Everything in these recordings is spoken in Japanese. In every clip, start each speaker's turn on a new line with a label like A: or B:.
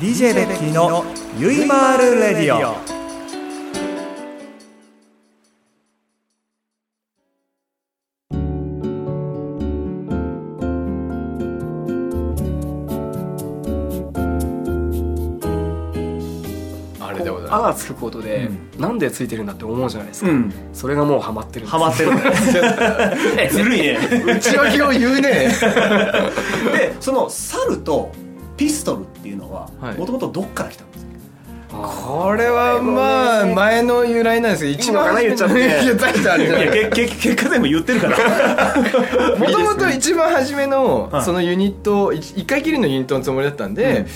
A: DJ ベッキーのゆいまーるレディオ
B: あれでござい
C: あ
B: ま
C: がつくことで、なんでついてるんだって思うじゃないですか、
A: うん
C: それがもうハマってるんです
A: ハマ ってるずるいね
B: す内訳を言うね
A: でその猿とピストルっていうのは
B: はい
A: もともとどっから来たんですか
B: これはまあ前の由来なんですよ一番
A: いいのかな言っちゃって
B: いや大丈夫あれじゃない
A: やけけ結果全部言ってるから
B: もともと一番初めの
A: はい
B: そのユニットい一回きりのユニットのつもりだったんで、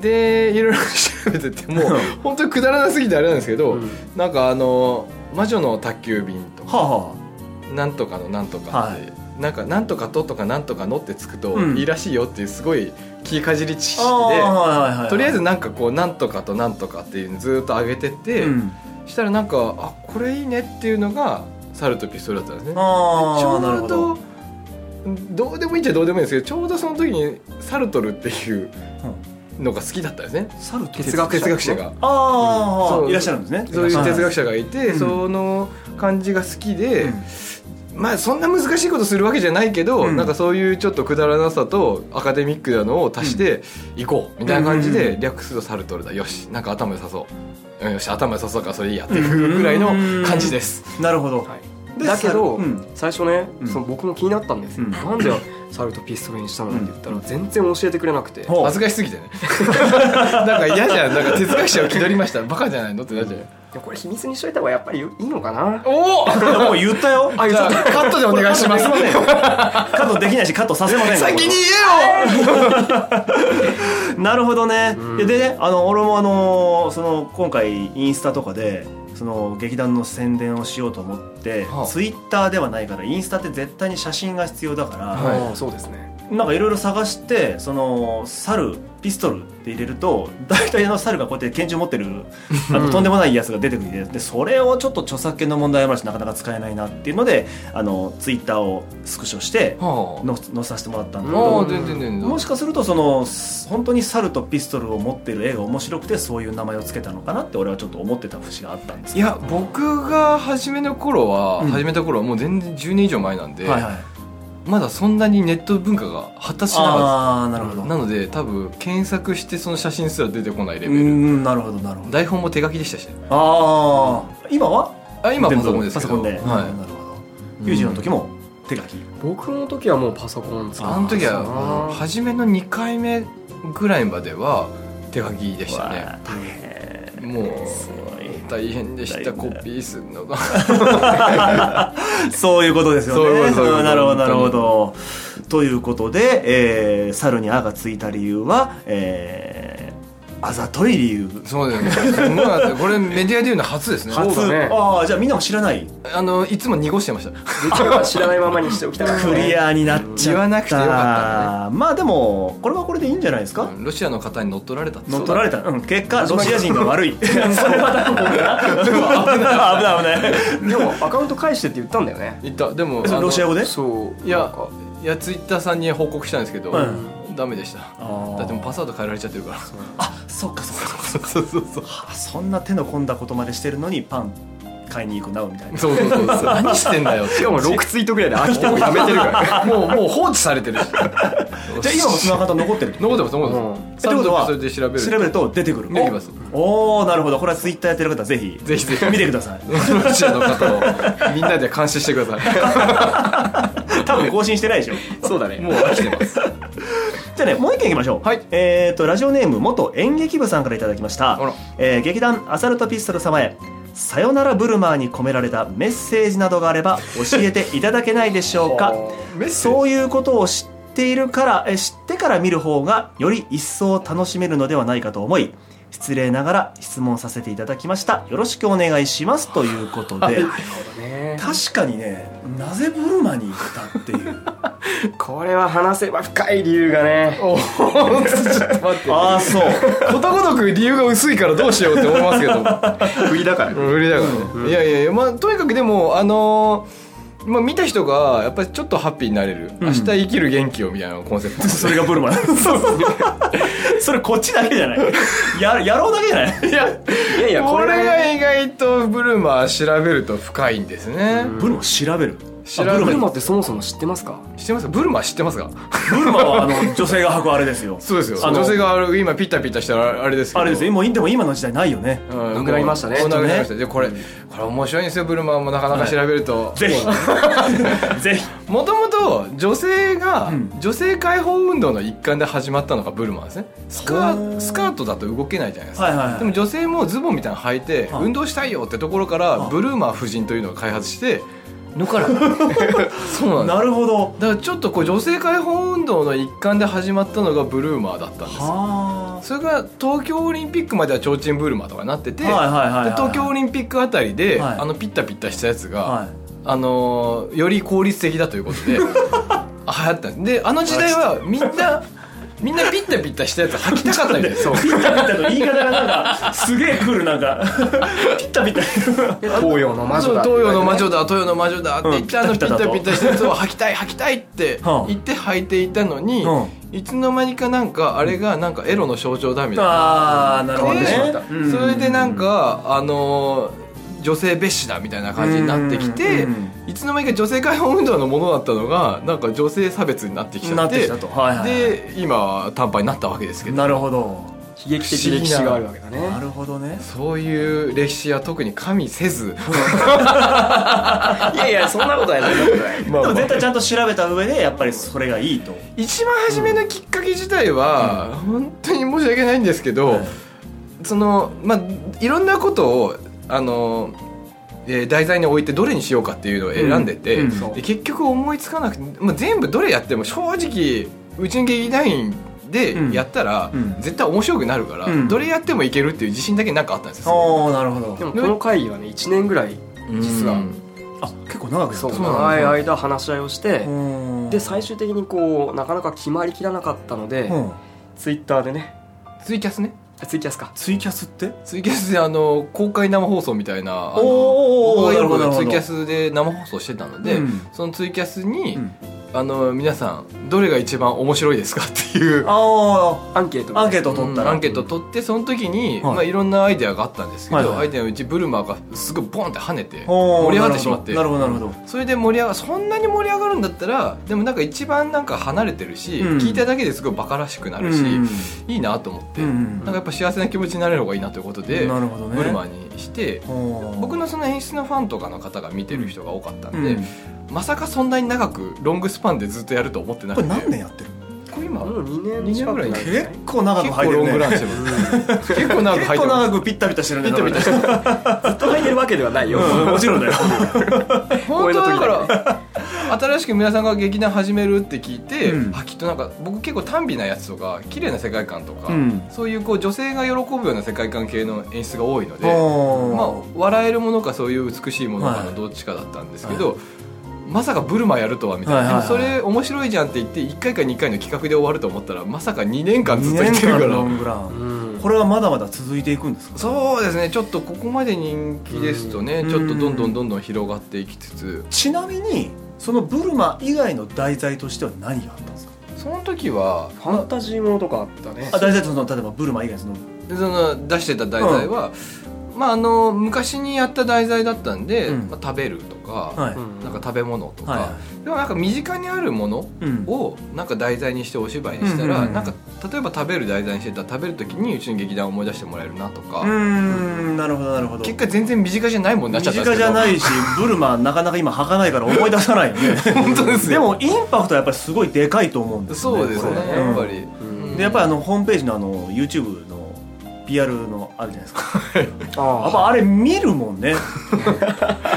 B: でいろいろ調べててもう本当にくだらなすぎてあれなんですけど、
C: うん
B: なんかあの「魔女の宅急便」とか
A: はあは
B: 「なんとかのなんとか」
A: はい
B: なんか「なんとかと」とか「なんとかの」ってつくと
A: うん
B: いいらしいよっていうすごい切りかじり知識
A: あ
B: で。
A: あはいはいはい
B: とりあえずなんかこうなんとかとなんとかっていうのずーっと上げてって、
A: うん
B: したらなんかあこれいいねっていうのがサルとピストルだったんですねち
A: あ
B: ょ
A: あなるほ
B: う
A: ど
B: どどうでもいいっちゃどうでもいいんですけどちょうどその時にサルトルっていうのが好きだったんですね、
A: 猿と
B: 哲学哲学者
A: あ
B: がうん
A: あ
B: そう
A: いらっしゃるんですね
B: そういう哲学者がいて、
A: うん
B: その感じが好きで、
A: うん
B: まあそんな難しいことするわけじゃないけど、
A: うん
B: なんかそういうちょっとくだらなさとアカデミックなのを足していこうみたいな感じ
A: うんうん
B: で
A: う
B: 略すとサルトルだよしなんか頭良さそううんよし頭良さそうからそれいいやっていうぐらいの感じです、
A: なるほど
C: はい、
A: で
C: だけど、
A: 猿うん
C: 最初ね、
A: うん
C: その僕も気になったんですよ、
A: うん
C: なんでサルとピストルにしたのって言ったら全然教えてくれなくて、
A: ほう
B: 恥ずかしすぎてね なんか嫌じゃんなんか哲学者を気取りましたバカじゃないのってなっちゃう
C: でもこれ秘密にしといた方がやっぱりいいのかな
B: おお
A: もう言った よ
B: じゃあカットでお願いします
A: これカットできませんカットできないしカットさせません
B: 先に言えよ
A: なるほどね、
C: うん
A: いやでねあの俺もあのその今回インスタとかでその劇団の宣伝をしようと思って、
B: はあ
A: ツイッターではないからインスタって絶対に写真が必要だから、
B: はい
C: あーそうですね
A: なんかいろいろ探してその猿ピストルって入れると大体の猿がこうやって拳銃持ってる あのとんでもないやつが出てくるでそれをちょっと著作権の問題もあるしなかなか使えないなっていうのであのツイッターをスクショして
B: は
A: の載せさせてもらったんだけ
B: あ
A: ど
B: あ全然全然
A: もしかするとそのす本当に猿とピストルを持ってる絵が面白くてそういう名前をつけたのかなって俺はちょっと思ってた節があったんです
B: いや僕が始めの頃は、
A: うん
B: 始めた頃はもう全然10年以上前なんで、
A: はいはい
B: まだそんなにネット文化が発達しなかっ
A: ああなるほ
B: た
A: ど
B: なので多分検索してその写真すら出てこないレ
A: う
B: ベル
A: んなるほどなるほど
B: 台本も手書きでしたしね
A: ああ今は
B: あ今はパソコンです
A: 全部パ
B: けど
A: ソコンで、なる
B: は
A: ほ
B: い、
A: どユージの
B: 時
A: 時も手書き
C: 僕の時はもうパソコ ン使って
B: あの時
C: たな
B: は初めの2回目ぐらいまでは手書きでした
A: わ
B: ね
A: ー大変
B: もう
A: すごい
B: 大変でした
A: 大
B: コ
A: 変だ
B: ピーするのが
A: そういうことですよね。
B: そういうことそういうこと
A: んなるほど、なるほど。ということで、えー、猿に「あ」がついた理由は、えー、あざとい理由。
B: そうだよねすごかったこれメディアで言うの初ですね
C: 初そうだね
A: ああ、じゃあみんなも知らない。
B: あのいつも濁してました
C: 僕は知らないままにしておきたかった、ね、
A: クリアになっちゃった。
B: 言わなくてよか
A: まあでも、これはこれでいいんじゃないですか
B: う。んロシアの方に乗っ取られたって
A: 乗っ取られた、うん、結果ロシア人が悪 い危ない危 ない
C: でもアカウント返してって言ったんだよね
B: 言ったでも
A: それ
B: あの
A: ロシア語で
C: そう
B: い
C: い
B: やいやツイッターさんに報告したんですけど、
A: う
B: ダメでしただってもうパスワード変えられちゃってるから
A: あそっかそっか
B: そうそうそうそう
A: あそんな手の込んだことまでしてるのにパン買いに行くなうみたいな
B: そうそうそう 何してんだよし
C: しかも6ツイートぐらいで飽きたのやめてるから
B: らもうもう放置され てるし
A: じゃあ今もそのアカウント残ってる
B: 残ってます残って
C: うん
B: ます、
A: えってことは
B: サルトルそれで調べる
A: 調べ ると出てくる
B: 出てきます
A: おおなるほどこれはツイッターやってる方はぜひ
B: ぜひぜひ
A: 見てください
B: ロシアの方をみんなで監視してくださ
A: 多分更新してないでしょ
C: そうだね
B: いもう飽きて ます
A: じゃあねもう一件いきましょう
B: はい
A: えっとラジオネーム元演劇部さんからいただきました
B: あら
A: えー劇団アサルトピストル様へさよならブルマーに込められたメッセージなどがあれば教えていただけないでしょう か
B: メッセージ
A: そういうことを知っているからえ知ってから見る方がより一層楽しめるのではないかと思い失礼ながら質問させていただきましたよろしくお願いしますということで
C: ね
A: 確かにねなぜブルマに行ったっていう
C: これは話せば深い理由が ね
B: おー ちょっと待って
A: ああそう
B: ことごとく理由が薄いからどうしようって思いますけど
C: 売りだから
B: うん売りだからね、いやいやいやまあとにかくでもあのーまあ、見た人がやっぱりちょっとハッピーになれる、
A: ん
B: 明日生きる元気をみたいなのがコ ンセプトなんです
A: それがブルマそれこっちだけじゃないややろうだけじゃない
B: いや
C: いやいや
B: こ
C: これ
B: れ
C: が
B: が意外とブルマ調べると深いんですね、
C: ん
A: ブルマ調べる
B: 調べ
A: あ
B: る
A: ブ
C: ブ
A: ル
C: ルマ
A: マ
C: ってそもそも知ってますか
B: 知ってますかブルマ知ってますか
A: ブルマはあの女性が履くあれですよ
B: そうですよ
A: あの
B: 女性があれ今ピッタピタしたらあれですけど
A: あれですよもうでも今の時代ないよね
B: うん
C: なくなりましたね
B: もうなくなりましたでこれこれ面白いんですよブルマもなかなか調べると、
A: ぜ ひぜひ
B: もともと女性が、
A: うん
B: 女性解放運動の一環で始まったのがブルマなんですねスカ
A: ほう
B: スカートだと動けないじゃないですか、
A: はいはいはい
B: でも女性もズボンみたいなの履いて、
A: はい
B: 運動したいよってところから
A: はい
B: ブルーマー夫人というのを開発して
C: のから
B: そうなんです
A: なるほど
B: だからちょっとこう女性解放運動の一環で始まったのがブルーマーだったんですよ
A: は
B: それが東京オリンピックまでは提灯ブルマーとかになってて、
A: あはいはいはいはい
B: で東京オリンピックあたりで、
A: はい
B: あのピッタピッタしたやつが、
A: はい
B: あのーより効率的だということで 流行ったんですであの時代はみんなみんなピッタピッタしたやつ履きたかったみたいですそう
A: ピッタピタの言い方がなんかすげえ来るなんかピッタ ピタ
C: 東洋の魔
B: そ
C: 女
B: う
C: だ
B: 東洋の魔
C: っ
B: 女だ東洋の魔女だって言って、
A: うん
B: あの
A: ピ
B: ピ
A: ッタピタだ
B: ッ
A: と
B: タピタしたやつを履きたい履きたいって
A: はあ
B: 言って履いていたのに、
A: う
B: いつの間にかなんかあれがなんかエロの象徴だみたいな
A: ああなるほどね
B: 変わって
C: しまった
A: うん
B: それでなんか、あのー女性蔑視だみたいな感じになってきて、
A: うんうん
B: いつの間にか女性解放運動のものだったのがなんか女性差別になってきちゃ
A: な
B: っ
A: っててきたとはいはい
B: で今短パンになったわけですけど
A: なるほど
C: 悲劇的歴史があるわけだね
A: なるほどね
B: そういう歴史は特に加味せず
C: いやいやそんなことはないそんなことない
B: ま
A: でも絶対ちゃんと調べた上でやっぱりそれがいいと
B: 一番初めのきっかけ自体は、本当に申し訳ないんですけど、
A: はい
B: そのまあいろんなことをあの、えー題材に置いてどれにしようかっていうのを選んでて、
A: うん
C: そう
B: で結局思いつかなくて、まあ、全部どれやっても正直うちの劇団員でやったら、
A: うんうん
B: 絶対面白くなるから、
A: うん
B: どれやってもいけるっていう自信だけなんかあったんですよ。
A: おおなるほど
C: でもこの会議はね1年ぐらい実は
B: うん
A: あ結構長くやった
C: そう
B: そうなんだ
C: 長い間話し合いをして
A: うん
C: で最終的にこうなかなか決まりきらなかったので
A: うん
C: ツイッターでね
B: ツイキャスね
C: あツイキャスか
A: ツイキャスって
B: ツイキャスであの公開生放送みたいなあの
A: おー
B: 僕がよ
A: な
B: く
A: るほどなるほど
B: ツイキャスで生放送してたので、
A: うん
B: そのツイキャスに、
A: うん
B: あの皆さんどれが一番面白いですかっていう
A: あ
C: アンケート
A: あアンケー
C: ト
A: ト取った
B: うんア
A: ら
B: ンケート取ってその時に、
A: はい
B: いまあ、いろんなアイデアがあったんですけど、
A: はいはい
B: アイデアのうちブルマーがすごいボンって跳ねて
A: おー
B: 盛り上がってしまって
A: なるほどなるほど
B: それで盛り上がそんなに盛り上がるんだったらでもなんか一番なんか離れてるし、
A: うん
B: 聞いただけですごいバカらしくな
A: あ
B: るし、いいなと思って、なんかやっぱ幸せな気持ちになれる方がいいなということで、
A: なるほどね
B: ブルマーにして僕
A: 僕
B: のその演出のファンとかの方が見てる人が多かったんで、
A: うん
B: まさかそんなに長くロングスパンでずっとやると思ってな
A: こ
B: く
A: れ
B: て
A: 何年やってる
B: これ今
C: も
B: 結
C: う2年
B: 二年
C: 近く
B: ぐらい
C: なるんじゃ
A: 結
C: ない
A: 構長く
B: 構
A: 入って
B: ロ
A: る
B: ングラン
A: ね
B: してます結構長
A: 結
B: く入って
A: 構
B: ま
A: 長くピッタピタしてるね
B: ピッタピタして
A: る
C: ずっと入ってるわけではないよ
A: もちろんだよ
B: す本当だから新しく皆さんが劇団始めるって聞いて、
A: うん
B: あきっとなんか僕結構単美なやつとか綺麗な世界観とか、
A: うん
B: そういうこう女性が喜ぶような世界観系の演出が多いので、まあ
A: ま、
B: 笑えるものかそういう美しいものか
A: は
B: の
A: い
B: どっちかだったんですけど、まさかブルマやるとはみたいな、
A: はいはいはい
B: でもそれ面白いじゃんって言って1回か2回の企画で終わると思ったらまさか2年間ずっと言ってるか
A: ロ
B: ら
A: ングラン
C: うん
A: これはまだまだ続いていくんですか
B: そうですねちょっとここまで人気ですとね
A: うん
B: ちょっとどんどんどんどん広がっていきつつ
A: ちなみにそのブルマ以外の題材としては何があったんですか
B: その時は
C: ファンタジーものとかあったね
A: あ題材とその例えばブルマ以外のその
B: でその出してた題材は、まあ、あの昔にやった題材だったんで、
A: うん
B: まあ、食べるとか、
A: はい
C: うん
B: なんか食べ物とか、
A: は
B: でもなんか身近にあるもの
A: いうん
B: をなんか題材にしてお芝居にした
A: うんうん
B: ら、
A: うん
B: なんか例えば食べる題材にしてたら食べる時にうちの劇団を思い出してもらえるなとか、
A: うーんなるほどなるほど
B: 結果全然身近じゃないもんになっちゃ
A: 身
B: ったんです
A: 近
B: け
A: じ
B: ど
A: ゃないしブルマなかなか今履かないから思い出さないよね
B: 本当です
A: で
B: よ
A: もインパクトはやっぱりすごいでかいと思うんですよね
B: そうで
A: こ
B: すね
A: れ
B: やっぱり、
C: うん
A: でやっぱりあのホームページのあの YouTube の PR のあるじゃないですかやっ
C: あ
A: ぱあれ見るもんね、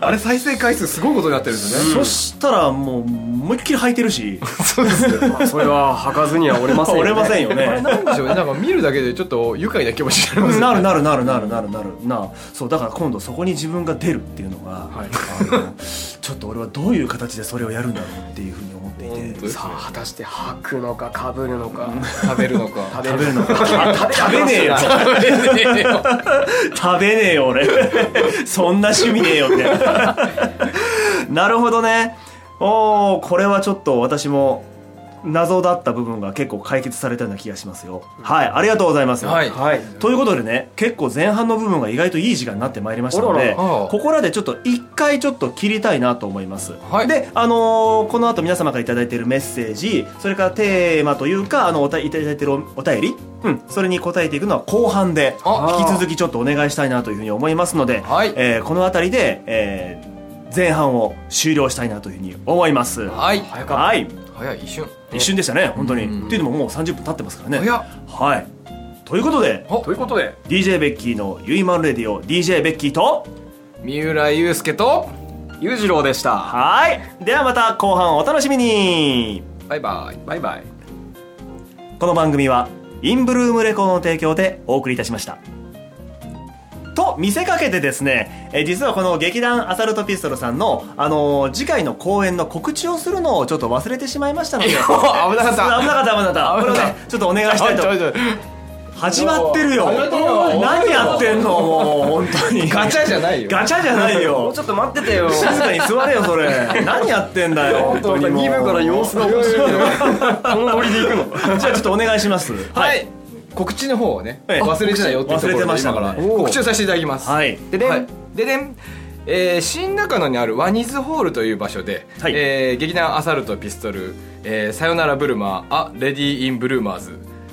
B: あれ再生回数すごいことになってるんですね
A: そしたらもう思いっきり履いてるし
B: そうですよ
C: あそれは履かずには 折れませんよ
A: 折れません
C: よ
A: よ
B: あれ
A: ね
B: なんでしょうねなんか見るだけでちょっと愉快な気持ちになりますよね
A: なるなるなるなるなるなるなあそうだから今度そこに自分が出るっていうのが、
C: はい
A: あのちょっと俺はどういう形でそれをやるんだろうっていうふうに思ってい
B: 本
A: て
B: 当ですね
C: さあ果たして履くのかかぶるのか
B: 食べるのか
C: 食
A: 食べるの
C: のか
A: か食べねえよ食べねえよ俺そんな趣味ねえよってなるほどねおおこれはちょっと私も謎だった部分が結構解決されたような気がしますよはいありがとうございます、
B: はい
C: はい
A: ということでね結構前半の部分が意外といい時間になってまいりましたの
C: あら
A: で
C: ら
B: ああ
A: ここらでちょっと一回ちょっと切りたいなと思います、
B: はい
A: で、あのーこの後皆様から頂いているメッセージそれからテーマというかあのおたいただいてるおお便り、うん、それに答えていくのは後半で
B: あ
A: 引き続きちょっとお願いしたいなというふうに思いますので、
B: はい
A: えーこの辺りで、えー前半を終了したいなというふうに思います
B: はい
C: 早かっ
A: はい
B: 早い一瞬
A: 一瞬でしたね本当に、
B: うん
A: っていうのももう30分経ってますからね
B: 早っ
A: はいということで
B: お
C: たということで
A: DJ ベッキーのゆいまるレディオ DJ ベッキーと
B: 三浦祐介と
D: 裕次郎でした
A: はいではまた後半お楽しみに
B: バイバイ
D: バイバイ
A: この番組はインブルームレコードの提供でお送りいたしましたと見せかけてですねえー実はこの劇団アサルトピストルさんの、あのー次回の公演の告知をするのをちょっと忘れてしまいましたので危なか
B: 危なかった
A: 危なかった危なかったこれをねちょっとお願いしたいと始まってるよ
B: 始まってるよ
A: 何やってんのもう本当に
B: ガチャじゃないよ
A: ガチャじゃない
D: も
A: よ
D: うちょっと待っててよ
A: 静かに座れよそ れ何やってんだよ本当にもう
C: 二部から様子が面白いこのノリでいくの
A: じゃあちょっとお願いします
B: はい告知の方をね
A: はい
B: 忘れてないよっていうと
A: 忘
B: ころ
A: れ
B: で
A: てましたから
B: 今告知をさせていただきます
A: はい
B: ででん、
A: はい
B: ででんえー新中野にあるワニズホールという場所で、
A: はい
B: えー劇団アサルトピストル、えーさよならブルマーあレディー・イン・ブルーマーズ、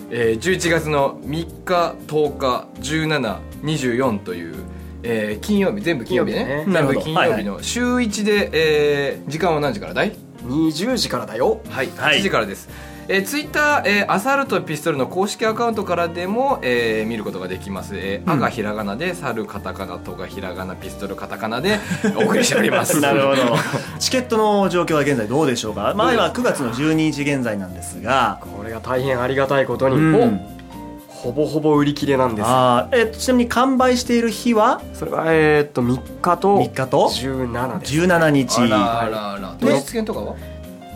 B: えー11月の3日10日1724という、えー金曜日全部金曜日ね
C: 金
A: 曜日ねなるほど
B: 全部金曜日の週1で、えー時間は何時からだい
C: 20時からだよ
B: はい、
A: はい
B: 8時からです。えー、ツイッター、えーアサルトピストルの公式アカウントからでも、えー見ることができます。えー、あがひらがなで、サルカタカナ、とがひらがな、ピストルカタカナで お送りしております。
A: なるほどチケットの状況は現在どうでしょうかまあ今9月の12日現在なんですが
C: これが大変ありがたいことに、
A: うん
C: おほぼほぼ売り切れなんです
A: あーえっとちなみに完売している日は
C: それはえーっと3日と
A: 3日と
C: 17です
A: 17日
B: あらあらあら。当日券とかは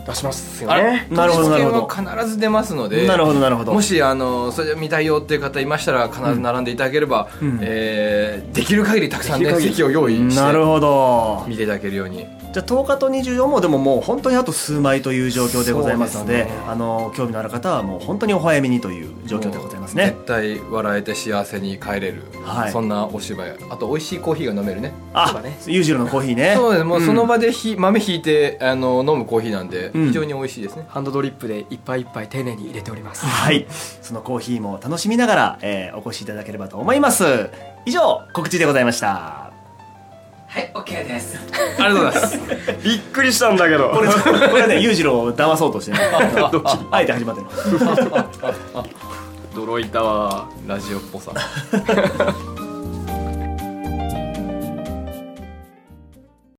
C: 出しますよ
B: あ
C: ね
A: なるほどなるほど
B: 当日券は必ず出ますので。
A: なるほどなるほど
B: もしあのそれ見たいよっていう方いましたら必ず並んでいただければ、
A: うん
B: えーできる限りたくさんね
C: できる限り
B: 席を用意して
A: なるほど
B: 見ていただけるように
A: じゃあ10日と24もでももう本当にあと数枚という状況でございますので
C: そうですね
A: あの興味のある方はもう本当にお早めにという状況でございますね
B: 絶対笑えて幸せに帰れる、
A: はい
B: そんなお芝居あと美味しいコーヒーが飲めるね
C: そう
A: あ
C: だね
A: 裕次郎のコーヒーね
B: そうですもう
A: うん
B: その場でひ、豆ひいてあの飲むコーヒーなんで、
A: うん
B: 非常に美味しいですね
C: ハンドドリップでいっぱいいっぱい丁寧に入れております
A: はいそのコーヒーも楽しみながら、えーお越しいただければと思います以上告知でございました
D: はい OK です
B: ありがとうございます
C: びっくりしたんだけど
A: これ、これはね、裕次郎を騙そうとしてね、あえて始まってるの。
B: 驚いたわラジオっぽさ